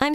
I'm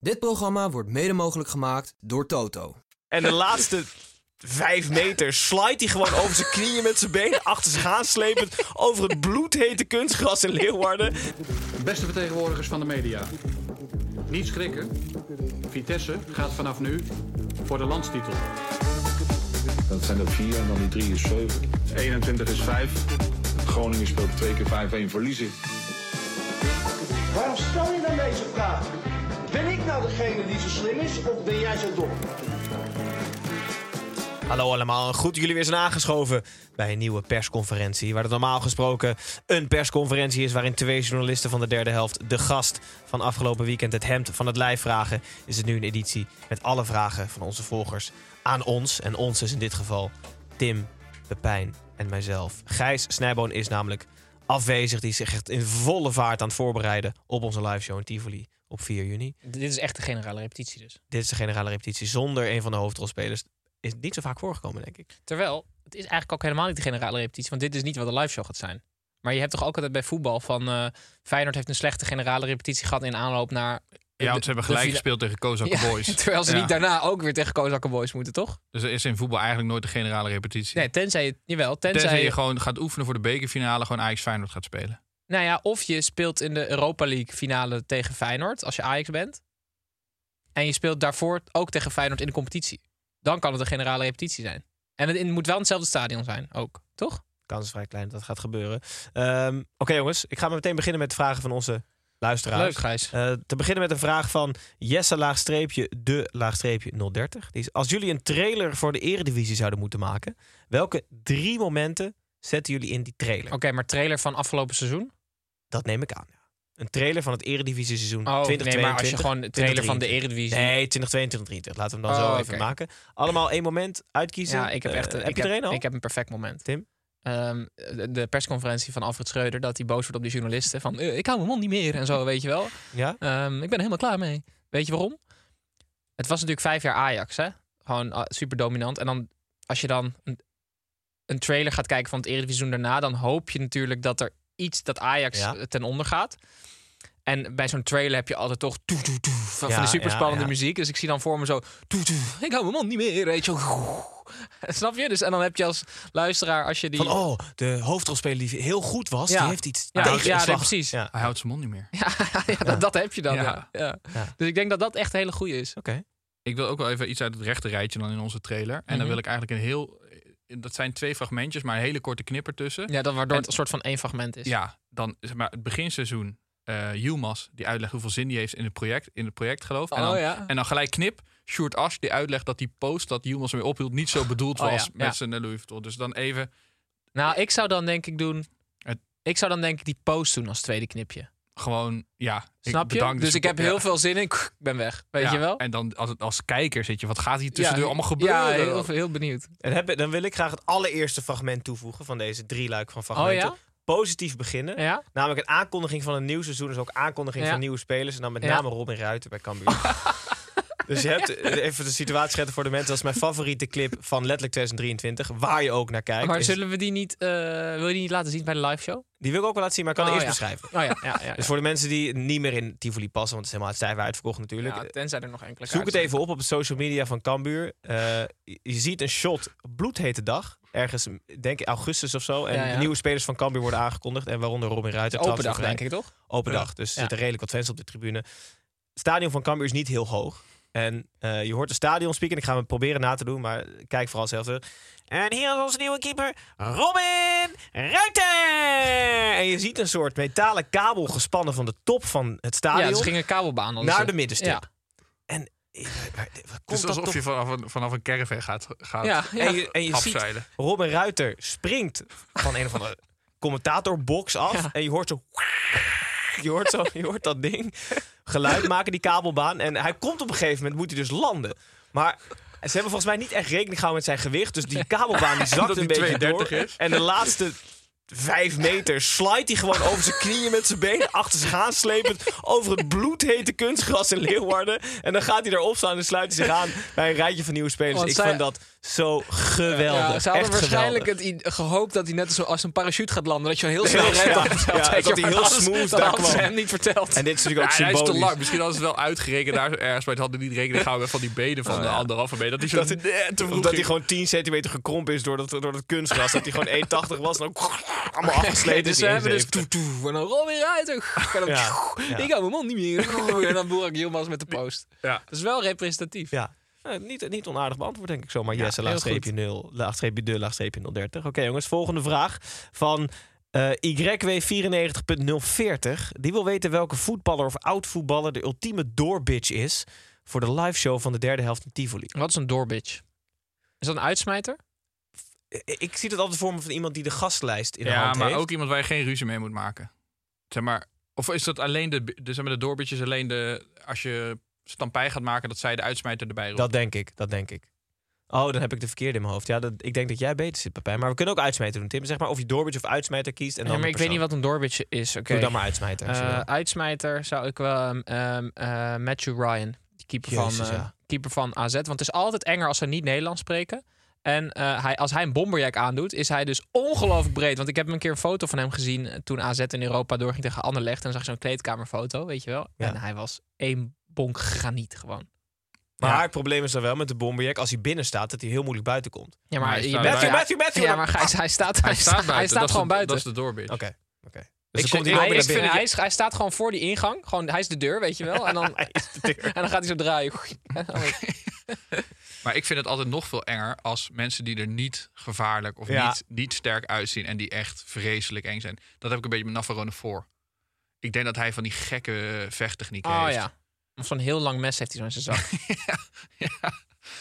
Dit programma wordt mede mogelijk gemaakt door Toto. En de laatste vijf meter slijt hij gewoon over zijn knieën met zijn benen achter zich aanslepend over het bloedhete kunstgras in Leeuwarden. Beste vertegenwoordigers van de media. Niet schrikken. Vitesse gaat vanaf nu voor de landstitel. Dat zijn er vier en dan die drie is zeven. 21 is vijf. Groningen speelt twee keer 5-1 verliezen. Waarom stel je dan deze vraag? Ben ik nou degene die zo slim is of ben jij zo dom? Hallo allemaal, goed dat jullie weer zijn aangeschoven bij een nieuwe persconferentie. Waar het normaal gesproken een persconferentie is waarin twee journalisten van de derde helft de gast van afgelopen weekend het hemd van het lijf vragen. Is het nu een editie met alle vragen van onze volgers aan ons. En ons is in dit geval Tim, Pepijn en mijzelf. Gijs Snijboon is namelijk afwezig. Die is zich echt in volle vaart aan het voorbereiden op onze live show in Tivoli op 4 juni. Dit is echt de generale repetitie dus. Dit is de generale repetitie zonder een van de hoofdrolspelers. Is niet zo vaak voorgekomen, denk ik. Terwijl, het is eigenlijk ook helemaal niet de generale repetitie, want dit is niet wat de live show gaat zijn. Maar je hebt toch ook altijd bij voetbal van eh Feyenoord heeft een slechte generale repetitie gehad in aanloop naar. Ja, want ze hebben gelijk gespeeld tegen Kozak Boys. Terwijl ze Ja. niet daarna ook weer tegen Kozakken Boys moeten, toch? Dus er is in voetbal eigenlijk nooit de generale repetitie. Nee, tenzij je, jawel, tenzij, Tenzij je gewoon gaat oefenen voor de bekerfinale, gewoon Ajax Feyenoord gaat spelen. Nou ja, of je speelt in de Europa League finale tegen Feyenoord, als je Ajax bent. En je speelt daarvoor ook tegen Feyenoord in de competitie. Dan kan het een generale repetitie zijn. En het, het moet wel in hetzelfde stadion zijn, ook, toch? Kans is vrij klein dat dat gaat gebeuren. Ehm, Oké jongens, ik ga maar meteen beginnen met de vragen van onze luisteraars. Leuk, Gijs. Eh, te beginnen met een vraag van Jesse laagstreepje de laagstreepje 030. Die is, als jullie een trailer voor de eredivisie zouden moeten maken, welke drie momenten zetten jullie in die trailer? Oké, maar trailer van afgelopen seizoen? Dat neem ik aan. ja. Een trailer van het eredivisie seizoen Oh, 2022. nee, maar als je gewoon de trailer van de Eredivisie... Nee, 2022, 2023. Laten we hem dan Oh, zo oké. even maken. Allemaal één moment uitkiezen. Ja, ik heb Eh, echt... een- heb ik je er heb, één al? Ik heb een perfect moment. Tim? Ehm, de- de persconferentie van Alfred Schreuder, dat hij boos wordt op die journalisten. Van, "Eh, ik hou mijn mond niet meer en zo, weet je wel. Ja? Ehm, ik ben er helemaal klaar mee. Weet je waarom? Het was natuurlijk vijf jaar Ajax, hè? Gewoon super dominant. En dan, als je dan een, een trailer gaat kijken van het Eredivisie seizoen daarna... dan hoop je natuurlijk dat er iets dat Ajax Ja. eh, ten onder gaat. En bij zo'n trailer heb je altijd toch toe, toe, toe, van, Ja, die superspannende ja, ja. muziek. Dus ik zie dan voor me zo... Toe, toe, ik hou mijn mond niet meer, weet je wel. Snap je? Dus, en dan heb je als luisteraar, als je die... Van, oh, de hoofdrolspeler die heel goed was, Ja. die heeft iets ja, tegen ja, nee, precies. Ja. Hij houdt zijn mond niet meer. Ja, dat, dat heb je dan, ja. Ja. Ja. Ja. Dus ik denk dat dat echt een hele goede is. Oké. Ik wil ook wel even iets uit het rechte rijtje dan in onze trailer. En Mhm. dan wil ik eigenlijk een heel... Dat zijn twee fragmentjes, maar een hele korte knipper tussen. Ja, dat waardoor het En- een soort van één fragment is. Ja, dan zeg maar het beginseizoen. eh Yilmaz, die uitlegt hoeveel zin die heeft in het project, in het project geloof. en, Oh, dan, ja. en dan gelijk knip. Sjoerd Asch die uitlegt dat die post dat Yilmaz ermee ophield niet zo bedoeld Oh, ja, was met ja. zijn eh, Louis Vuitton. Dus dan even, Nou, ik zou dan denk ik doen. Het- Ik zou dan denk ik die post doen als tweede knipje. gewoon, ja. ik Snap je? bedank de Dus ik heb support. heel Ja. veel zin in. Ik ben weg. Weet Ja, je wel? En dan als, als kijker zit je, wat gaat hier tussendoor Ja, allemaal gebeuren? Ja, heel, heel benieuwd. En heb- dan wil ik graag het allereerste fragment toevoegen van deze drie luik van fragmenten. Oh, ja? Positief beginnen. Ja? Namelijk een aankondiging van een nieuw seizoen. Dus ook aankondiging Ja. van nieuwe spelers. En dan met Ja. name Robin Ruiten bij Cambuur. dus je hebt eh, even de situatie schetsen voor de mensen. Dat is mijn favoriete clip van letterlijk 2023. Waar je ook naar kijkt. maar Is- zullen we die niet, eh, wil je die niet laten zien bij de live Oh show? Die wil ik ook wel laten zien, maar ik kan Oh, het ja. eerst beschrijven. Oh ja, ja, ja. Dus voor de mensen die niet meer in Tivoli passen, want het is helemaal stijf uitverkocht natuurlijk. Ja, tenzij er nog enkele Zoek het kaarten even op op de social media van Cambuur. Eh, je je ziet een shot bloedhete dag. Ergens, denk ik, augustus of zo. En Ja, ja. de nieuwe spelers van Cambuur worden aangekondigd. En waaronder Robin Ruiter. zijn. Open dag, denk ik toch? Open Ja. dag. Dus er Ja. zitten redelijk wat fans op de tribune. Het stadion van Cambuur is niet heel hoog. En eh, je hoort de stadion speaker. En ik ga hem proberen na te doen, maar kijk vooral zelf terug. En hier is onze nieuwe keeper, Robin Ruiter! En je ziet een soort metalen kabel gespannen van de top van het Ja, stadion. dus gingen kabelbaan. hadden Naar ze. de middenstip. Ja. En eh, waar- waar Het komt is dat alsof toch je vanaf een, vanaf een caravan gaat, gaat Ja, ja. en je, en je ziet afzeilen. Robin Ruiter springt van een of andere commentatorbox af. En je hoort zo... Je hoort, zo, je hoort dat ding. Geluid maken, die kabelbaan. En hij komt op een gegeven moment, moet hij dus landen. Maar ze hebben volgens mij niet echt rekening gehouden met zijn gewicht. Dus die kabelbaan die zakt Omdat een die beetje door. 32 is. En de laatste vijf meter slide hij gewoon over zijn knieën met zijn benen. Achter zich aanslepend over het bloedhete kunstgras in Leeuwarden. En dan gaat hij erop staan en sluit hij zich aan bij een rijtje van nieuwe spelers. Want Dus ik zij- vind dat zo geweldig. Ja, ze hadden Echt waarschijnlijk geweldig. het i- gehoopt dat hij net zo als een parachute gaat landen. Dat je heel Ja, snel ja, redt. aan het ja, veld. dat hij Maar heel dat hadden- smooth dat daar hadden ze kwam. hem niet verteld. En dit is natuurlijk ook Ja, hij is te symbolisch. lang. Misschien hadden ze het wel uitgerekend daar ergens bij het hadden niet rekening gehouden van die benen Oh, van de anderhalve meter. Dat is zo Dat, net te vroeg omdat hij ging. gewoon 10 centimeter gekrompen is door dat, door dat kunstgras. dat hij gewoon 1,80 was en ook allemaal afgesleten. dus is ze die hebben dus 1,70. toe toe en dan rol weer uit. En dan, Ja, ja. Ik hou mijn mond niet meer. En dan boer ik Yilmaz met de post. Ja. Dat is wel representatief. Ja. Eh, niet, niet onaardig beantwoord, denk ik zo. Maar Ja, Jesse, heel laagstreepje 0, laagstreepje de, laagstreepje 030. Oké, jongens, volgende vraag van eh YW94.040. Die wil weten welke voetballer of oud-voetballer de ultieme doorbitch is... voor de liveshow van de derde helft in Tivoli. Wat is een doorbitch? Is dat een uitsmijter? Eh, Ik zie dat altijd voor me van iemand die de gastlijst in de Ja, hand maar heeft. ook iemand waar je geen ruzie mee moet maken. Zeg maar, of is dat alleen de, de, zeg maar, de doorbitjes alleen de, als je stampij gaat maken, dat zij de uitsmijter erbij roept? Dat denk ik, dat denk ik. Oh, dan heb ik de verkeerde in mijn hoofd. Ja, dat, ik denk dat jij beter zit, Pepijn. Maar we kunnen ook uitsmijter doen, Tim. Zeg maar of je doorbitch of uitsmijter kiest. En dan Ja, maar de ik weet niet persoon. wat een doorbitch is. Oké. Doe dan maar uitsmijter. als je Eh, wil. uitsmijter zou ik wel ehm, ehm, eh, Matthew Ryan, die keeper, Jezus, van, eh, ja. keeper van AZ. Want het is altijd enger als ze niet Nederlands spreken. En eh, hij, als hij een bomberjack aandoet, is hij dus ongelooflijk breed. Want ik heb een keer een foto van hem gezien eh, toen AZ in Europa doorging tegen Anderlecht. En dan zag ik zo'n kleedkamerfoto, weet je wel. Ja. En hij was één bonk graniet gewoon. Maar het probleem is dan wel met de bomberjack, als hij binnen staat, dat hij heel moeilijk buiten komt. Ja, maar maar, hij je staat bent- buiten. ja, Matthew, Matthew, Ja, Matthew. maar hij, hij staat, hij Hij staat staat, buiten. hij staat dat is gewoon de- buiten. Dat is de doorbitch. Oké, oké. Dus dan komt ik- hij ik- lopen Hij, naar is, binnen. hij, is, hij staat gewoon voor die ingang. Gewoon, hij is de deur, weet je wel. En dan, Hij is de deur. en dan gaat hij zo draaien. Oh En dan- Maar ik vind het altijd nog veel enger als mensen die er niet gevaarlijk of Ja. niet, niet sterk uitzien en die echt vreselijk eng zijn. Dat heb ik een beetje met Navarone voor. Ik denk dat hij van die gekke eh, vechttechnieken Oh heeft. ja. Of zo'n heel lang mes heeft hij zo in zijn zak. ja.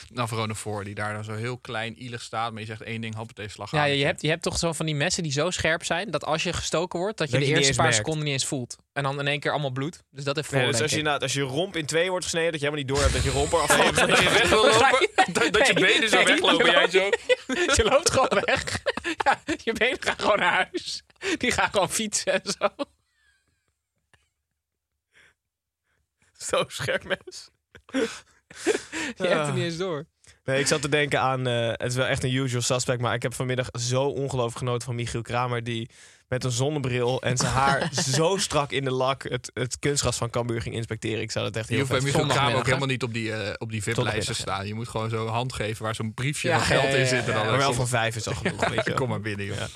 Navarone voor, die daar dan zo heel klein, ielig staat. Maar je zegt één ding, hoppatee, slag ja, je hebt, je hebt toch zo van die messen die zo scherp zijn... dat als je gestoken wordt, dat je Dat de je niet eens eerste paar merkt. seconden niet eens voelt. En dan in één keer allemaal bloed. Dus dat heeft voor, Nee, dus als je, inderdaad- als je romp in twee wordt gesneden, dat je helemaal niet door hebt dat je romp eraf valt. dat je weg wil lopen, dat- dat je benen zo weglopen, jij zo. je loopt gewoon weg. Ja, je benen gaan gewoon naar huis. Die gaan gewoon fietsen en zo. Zo scherp mes. Je Ah. hebt er niet eens door. Nee, ik zat te denken aan, eh, het is wel echt een usual suspect, maar ik heb vanmiddag zo ongelooflijk genoten van Michiel Kramer, die met een zonnebril en zijn haar zo strak in de lak het, het kunstgras van Cambuur ging inspecteren. Ik zou dat echt Je heel hoeft bij vet Michiel vinden. Kramer Zondagmiddag, hè? ook helemaal niet op die, eh, op die VIP-lijst te Zondagmiddag, staan. Je moet gewoon zo'n hand geven waar zo'n briefje Ja, van geld ja, ja, in zit. en ja, dan Maar wel van vijf is al genoeg, weet je wel. Kom maar binnen, joh. Ja.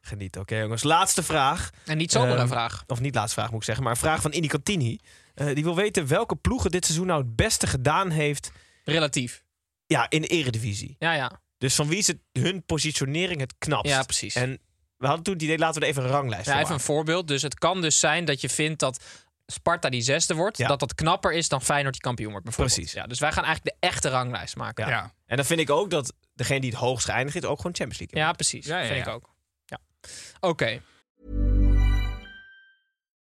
Geniet, oké jongens. Laatste vraag. En niet zomaar Ehm, een vraag. Of niet laatste vraag moet ik zeggen, maar een vraag van Indy Cantini. Eh, die wil weten welke ploegen dit seizoen nou het beste gedaan heeft Relatief. ja, in de eredivisie. Ja, ja. Dus van wie is het, hun positionering het knapst? Ja, precies. En we hadden toen het idee, laten we er even een ranglijst Ja, van even een voorbeeld. Dus het kan dus zijn dat je vindt dat Sparta die zesde wordt... Ja. dat dat knapper is dan Feyenoord die kampioen wordt bijvoorbeeld. Precies. Ja, dus wij gaan eigenlijk de echte ranglijst maken. Ja. Ja. En dan vind ik ook dat degene die het hoogst geëindigd is, ook gewoon Champions League. Ja, precies. Ja, ja, Vind ja. ik ook. Ja. Oké.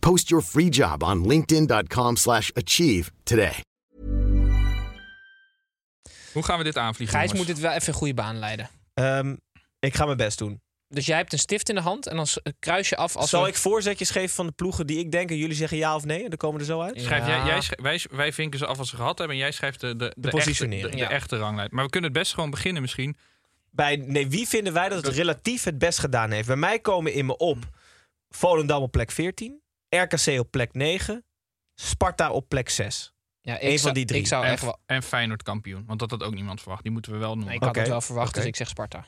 Post your free job on linkedin.com/achieve slash achieve today. Hoe gaan we dit aanvliegen, Gijs jongens? moet dit wel even in goede baan leiden. Ehm, ik ga mijn best doen. Dus jij hebt een stift in de hand en dan s- kruis je af als Zal we- ik voorzetjes geven van de ploegen die ik denk en jullie zeggen ja of nee? En dan komen we er zo uit. Schrijf, Ja. jij, jij schrijf- wij, wij vinken ze af als ze gehad hebben. En jij schrijft de, de, de, positionering. Echte, de, de Ja. echte ranglijst. Maar we kunnen het best gewoon beginnen misschien. Oh, Bij, nee, wie vinden wij dat het relatief het best gedaan heeft? Bij mij komen in me op Volendam op plek 14, RKC op plek 9, Sparta op plek 6. Ja, ik Eén van zou- die drie. Ik zou en, echt wel... en Feyenoord kampioen. Want dat had ook niemand verwacht. Die moeten we wel noemen. Nee, ik Ik, had Oké. het wel verwacht, dus Oké. ik zeg Sparta.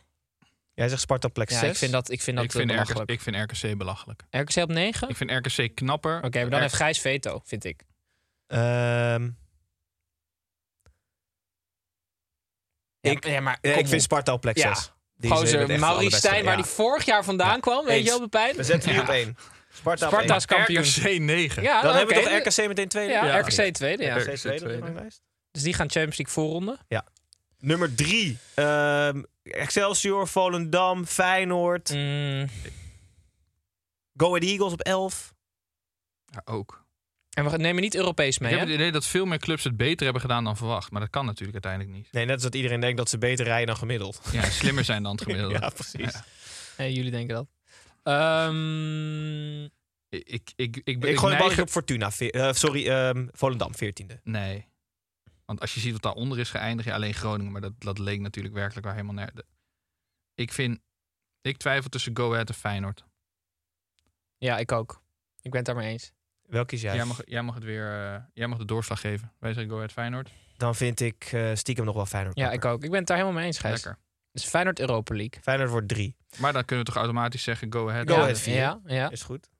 Jij zegt Sparta op plek Ja, 6. ik vind dat, ik vind dat eh, vind RKC, belachelijk. ik vind RKC belachelijk. RKC op 9? Ik Oké, vind RKC knapper. maar dan R- heeft Gijs veto, vind ik. Ehm, Ik, ja, maar ja, kom ik vind op. Sparta al plek Ja. 6. Gozer, Maurice Stijn, waar die vorig jaar vandaan kwam, weet Eens. je wel, Pepijn? We zetten die Ja. op één. Sparta, op Sparta is kampioen. RKC 9. Ja, één. Dan nou, hebben we oké. toch RKC meteen tweede? Ja, RKC tweede, ja. RKC tweede op de tweede. ranglijst. Dus die gaan Champions League voorronden. Nummer drie. ehm, Excelsior, Volendam, Feyenoord. Mm, Go Ahead Eagles op 11. Ja, ook. En we nemen niet Europees mee, ik hè? heb het idee dat veel meer clubs het beter hebben gedaan dan verwacht. Maar dat kan natuurlijk uiteindelijk niet. Nee, net als dat iedereen denkt dat ze beter rijden dan gemiddeld. Ja, slimmer zijn dan het gemiddelde. Ja, precies. Ja. Nee, jullie denken dat. Ehm, Ik, ik, ik, Ik ik, gooi een neig- balletje op Fortuna. veer- eh, sorry, ehm, Volendam, 14e. Nee. Want als je ziet wat daaronder is geëindigd, ja, alleen Groningen. Maar dat, dat leek natuurlijk werkelijk waar helemaal nergens. Ik vind... Ik twijfel tussen Go Ahead en Feyenoord. ja, ik ook. Ik ben het daarmee eens. Welke kies jij? Jij, mag, jij mag het weer... eh, jij mag de doorslag geven. Wij zeggen Go Ahead Feyenoord. Dan vind ik eh, stiekem nog wel Feyenoord. Ja, ik ook. Ik ben het daar helemaal mee eens, Gijs. Lekker. Dus Feyenoord Europa League. Feyenoord wordt 3. Maar dan kunnen we toch automatisch zeggen Go Ahead. Go ja, Ahead vier. Ja, ja. Is goed.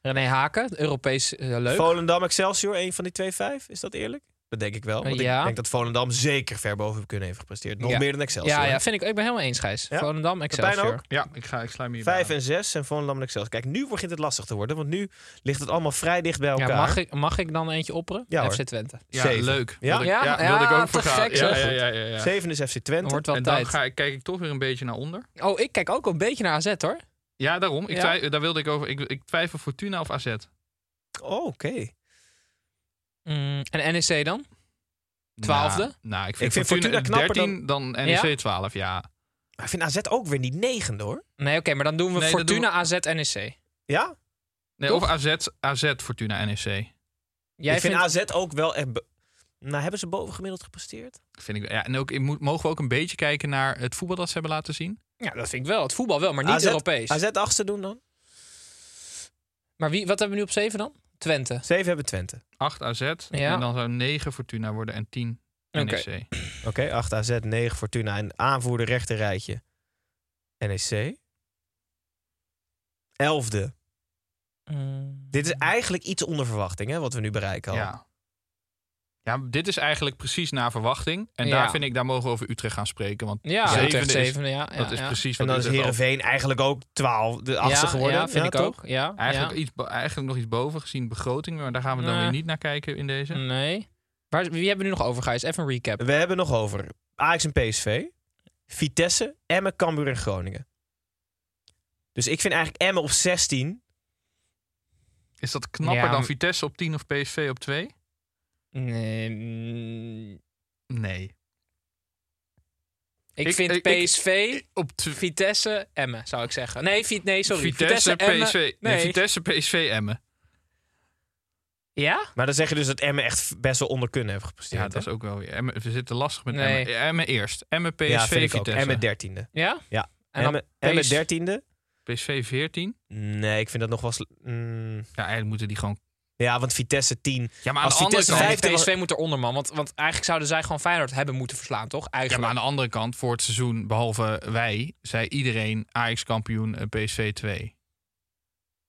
René Haken, Europees eh, leuk. Volendam, Excelsior, één van die twee vijf. Is dat eerlijk? Dat denk ik wel. Want Ja. ik denk dat Volendam zeker ver boven kunnen heeft gepresteerd. Nog Ja. meer dan Excelsior. ja, ja, vind ik. Ik ben helemaal eens, Gijs. Ja? Volendam, Pepijn Excelsior. ook? Ja, ik, ga, ik sluit me hier Vijf en zes zijn Volendam en Excelsior. Kijk, nu begint het lastig te worden. Want nu ligt het allemaal vrij dicht bij elkaar. Ja, mag, ik, mag ik dan eentje opperen? Ja, hoor. FC Twente. Ja, Zeven. leuk. Ja? Wilde ik- Ja? wilde ik Ja, ook te voor gaan. gek, Ja, zeg. ja, ja, ja, ja. Zeven is FC Dan Twente. wordt wel En dan tijd. ga ik, kijk ik toch weer een beetje naar onder. Oh, ik kijk ook wel een beetje naar AZ, hoor. Ja, daarom. Ik Ja. twij- daar wilde ik over. Ik, ik twijfel Fortuna of AZ. Oh, oké. Mm, en NEC dan? Twaalfde? Nou, nou, ik vind, Ik vind Fortuna, Fortuna knapper 13 dan, NEC 12. Ja. Maar ik vind AZ ook weer niet negende hoor. Nee, oké, maar dan doen we Nee, dan Fortuna, AZ, NEC. Ja? Nee, Toch? of AZ, AZ, Fortuna, E NEC. Jij ik vind vindt... AZ ook wel echt... be- Nou, hebben ze bovengemiddeld gepresteerd? Vind ik, ja, en ook, in- moet- mogen we ook een beetje kijken naar het voetbal dat ze hebben laten zien? Ja, dat vind ik wel. Het voetbal wel, maar niet AZ Europees. AZ achtste doen dan? Maar wie, wat hebben we nu op zeven dan? Twente. Zeven hebben Twente. 8 AZ Ja. en dan zou 9 Fortuna worden en E 10 NEC. Oké, acht AZ, negen Fortuna. En aanvoerder rechter rijtje. NEC. Elfde. Mm. Dit is eigenlijk iets onder verwachting hè, wat we nu bereiken al. Ja. ja, dit is eigenlijk precies naar verwachting. En Ja. daar vind ik, daar mogen we over Utrecht gaan spreken. Want Ja, zevende Utrecht is- zevende, ja. ja, dat is ja. precies En wat dan is Utrecht al- Heerenveen eigenlijk ook 12, de achtste ja, geworden. Ja, vind ik toch? ook. Ja, Eigenlijk, ja. iets, bo- eigenlijk nog iets boven gezien begroting, maar daar gaan we dan Nee. weer niet naar kijken in deze. Nee. Waar, wie hebben we nu nog over, Gijs? Even een recap. We hebben nog over Ajax en PSV, Vitesse, Emmen, Cambuur en Groningen. Dus ik vind eigenlijk Emmen op 16. Is dat knapper Ja, dan m- Vitesse op 10 of PSV op 2? Nee, mm, Nee. ik, Ik- vind ik- ik- PSV, Op tw- Vitesse, Emmen, zou ik zeggen. Nee, vi- nee sorry. Vitesse, Emmen, PSV. Nee. Nee. Vitesse, PSV, Emmen. Ja? Maar dan zeg je dus dat Emmen echt best wel onder kunnen hebben Ja, gepresteerd. dat is ook wel weer. Emmen, we zitten lastig met Nee. Emmen. Emmen eerst. Emmen, PSV, hè? ja, vind ik ook. Vitesse. Emmen 13e. Ja? Ja. En dan Emmen, Emmen PSV. 13e? PSV 14. Nee, ik vind dat nog wel... sl- mm, Ja, eigenlijk moeten die gewoon... ja, want Vitesse 10. Ja, maar aan Als de andere Vitesse kant... vijfde- Vijf PSV moet eronder, man. Want, want eigenlijk zouden zij gewoon Feyenoord hebben moeten verslaan, toch? Ja, maar Eigenlijk. aan de andere kant, voor het seizoen, behalve wij, zei iedereen Ajax kampioen, eh, PSV 2.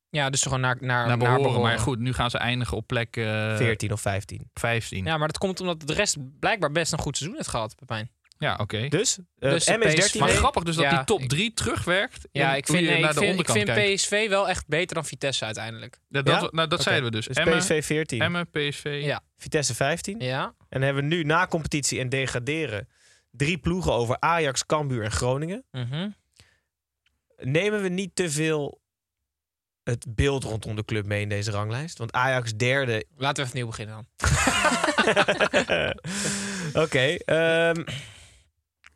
Ja, dus gewoon naar, naar, Naar behoren, maar behoren. goed, nu gaan ze eindigen op plek eh 14 of 15. 15. Ja, maar dat komt omdat de rest blijkbaar best een goed seizoen heeft gehad, Pepijn. Ja, oké. Dus, eh Dus de Emmen is PSV 13 Maar Nee, grappig dus dat ja, die top ik- 3 terugwerkt. Ja, in ik hoe vind, je nee, naar ik de vind, ik onderkant vind kijkt. PSV wel echt beter dan Vitesse uiteindelijk. Ja, dat Ja? nou, dat zeiden we dus. Dus Emmen, PSV 14, Emmen, PSV. Ja. Vitesse 15. Ja. En dan hebben we nu na competitie en degraderen drie ploegen over Ajax, Cambuur en Groningen. Mhm. nemen we niet te veel het beeld rondom de club mee in deze ranglijst? Want Ajax derde. Laten we even opnieuw beginnen dan. Oké. ehm,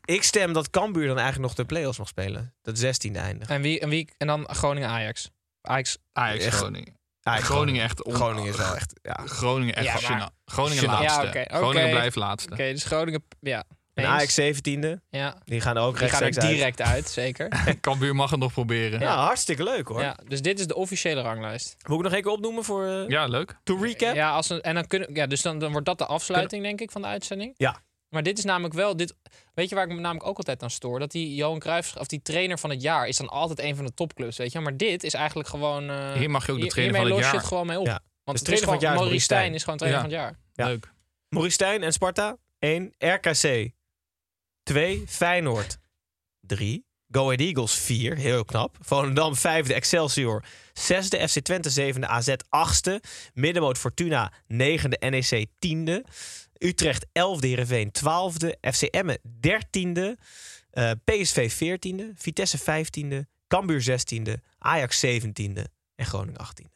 ik stem dat Cambuur dan eigenlijk nog de play-offs mag spelen. Dat 16e eindigt. En, wie, en, wie, en dan Groningen-Ajax. Ajax. Ajax, Echt- Groningen. Ajax, Groningen echt on- Ah, Groningen is wel echt. Ja. Groningen echt Ja, maar- gênant. Groningen Gênant. laatste. Ja, oké, oké. Groningen blijft laatste. Oké, dus Groningen. Ja. En Eens. Ajax 17e. Ja. Die gaan ook Die gaan er rechtstreeks uit. direct uit, zeker. Cambuur mag het nog proberen. Ja, hartstikke leuk hoor. ja, dus dit is de officiële ranglijst. Moet ik nog een keer opnoemen voor. eh, Ja, leuk. To recap? Ja, als een, en dan kunnen, ja, dus dan, dan wordt dat de afsluiting, denk ik, van de uitzending. Ja. Maar dit is namelijk wel. Dit, weet je waar ik me namelijk ook altijd aan stoor? Dat die Johan Cruijff, of die trainer van het jaar, is dan altijd een van de topclubs. Weet je, wel. maar dit is eigenlijk gewoon. eh, Hier mag je ook de hier- trainer hiermee van het los je jaar. het gewoon mee op. Ja. Want Dus het is trainer van het jaar is gewoon, Maurice Maurice Stijn Stijn. is gewoon trainer Ja. van het jaar. Ja. Leuk. Maurice Stijn en Sparta 1. RKC 2. Feyenoord 3. Go Ahead Eagles 4. Heel knap. Volendam 5e. Excelsior 6e. FC Twente 7e. AZ 8e. Middenmoot Fortuna 9e. NEC 10e. Utrecht 11e. Heerenveen 12e. FC Emmen 13e. Eh, PSV 14e. Vitesse 15e. Cambuur 16e. Ajax 17e. En Groningen 18e.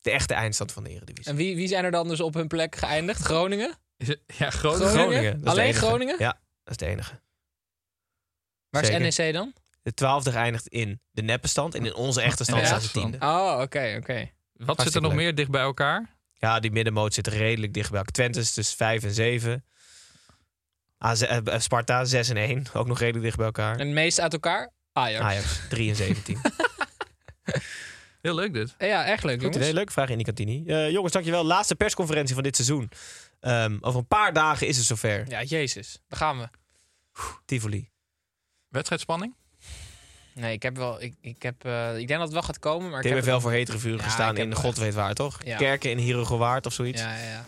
De echte eindstand van de Eredivisie. En wie, wie zijn er dan dus op hun plek geëindigd? Groningen? Is het- Ja, groot. Groningen? dat is de Alleen enige. Groningen? Ja, dat is de enige. Waar Zeker. is NEC dan? De twaalfde eindigt in de neppenstand. En in onze echte stand Ja. staat de tiende. Oh, oké, oké. Wat zit er nog leuk. meer dicht bij elkaar? Ja, die middenmoot zit redelijk dicht bij elkaar. Twente is dus 5 en 7. AZ, eh, eh, Sparta 6 en 1. Ook nog redelijk dicht bij elkaar. En het meest uit elkaar? Ajax. Ajax 3 en 17. Heel leuk dit. Ja, echt leuk, Goed jongens. idee, leuke vraag in die kantine. Eh, jongens, dankjewel. Laatste persconferentie van dit seizoen. Ehm, over een paar dagen is het zover. Ja, jezus. Daar gaan we. Tivoli. Wedstrijdspanning? Nee, ik heb wel... Ik, ik, heb, eh, ik denk dat het wel gaat komen, maar Ik ik heb... heb wel voor hetere vuren Ja, gestaan ik heb in de wel god weet waar, toch? Ja. Kerken in Hierugewaard of zoiets. Ja, ja, ja.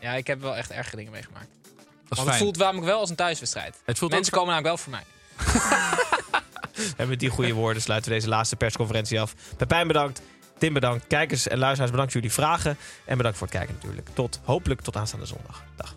Ja, ik heb wel echt erge dingen meegemaakt. Dat is Want het fijn. voelt namelijk wel als een thuiswedstrijd. Het voelt Mensen ook- komen namelijk wel voor mij. En met die goede woorden sluiten we deze laatste persconferentie af. Pepijn bedankt, Tim bedankt, kijkers en luisteraars bedankt voor jullie vragen. En bedankt voor het kijken natuurlijk. Tot, hopelijk tot aanstaande zondag. Dag.